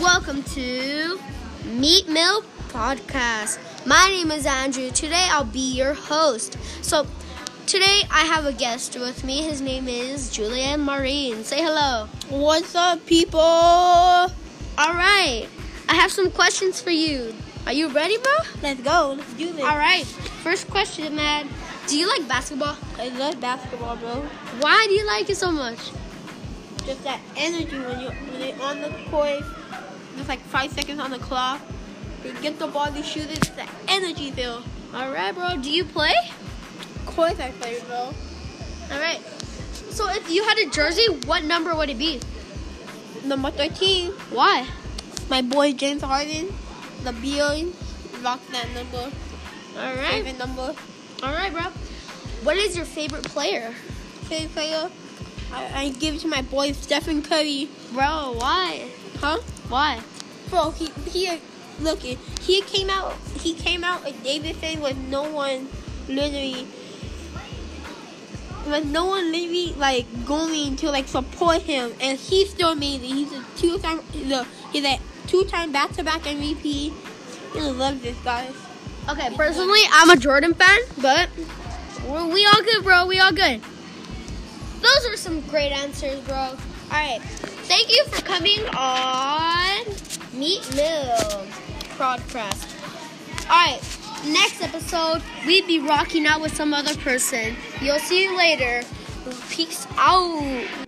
Welcome to Meat Mill Podcast. My name is Andrew. Today I'll be your host. So, today I have a guest with me. His name is Julian Marine. Say hello. What's up, people? Let's All right. I have some questions for you. Are you ready, bro? go. Let's do this. All right. First question, man. Do you like basketball? I love basketball, bro. Why do you like it so much? Just that energy when you when you're on the court. Just like five seconds on the clock. You get the ball, you shoot it. It's that energy feel. All right, bro. Do you play? Of course, I play, bro. All right. So, if you had a jersey, what number would it be? Number thirteen, Why? my boy James Harden, the Beal, rock that number. All right. Favorite number. All right, bro. What is your favorite player? Favorite player. I, I give it to my boy Stephen Curry, Bro, why? huh? Why? Bro, he he look he came out he came out at Davidson with no one literally with no one literally like going to like support him and he's still amazing. He's a two time he's a he's a two time back to back MVP. I love this guy. Okay, personally, I'm a Jordan fan, but we're, we all good, bro. We all good. Those were some great answers, bro. All right. Thank you for coming on Meat Mill podcast. All right. Next episode, we'd be rocking out with some other person. You'll see you later. Peace out.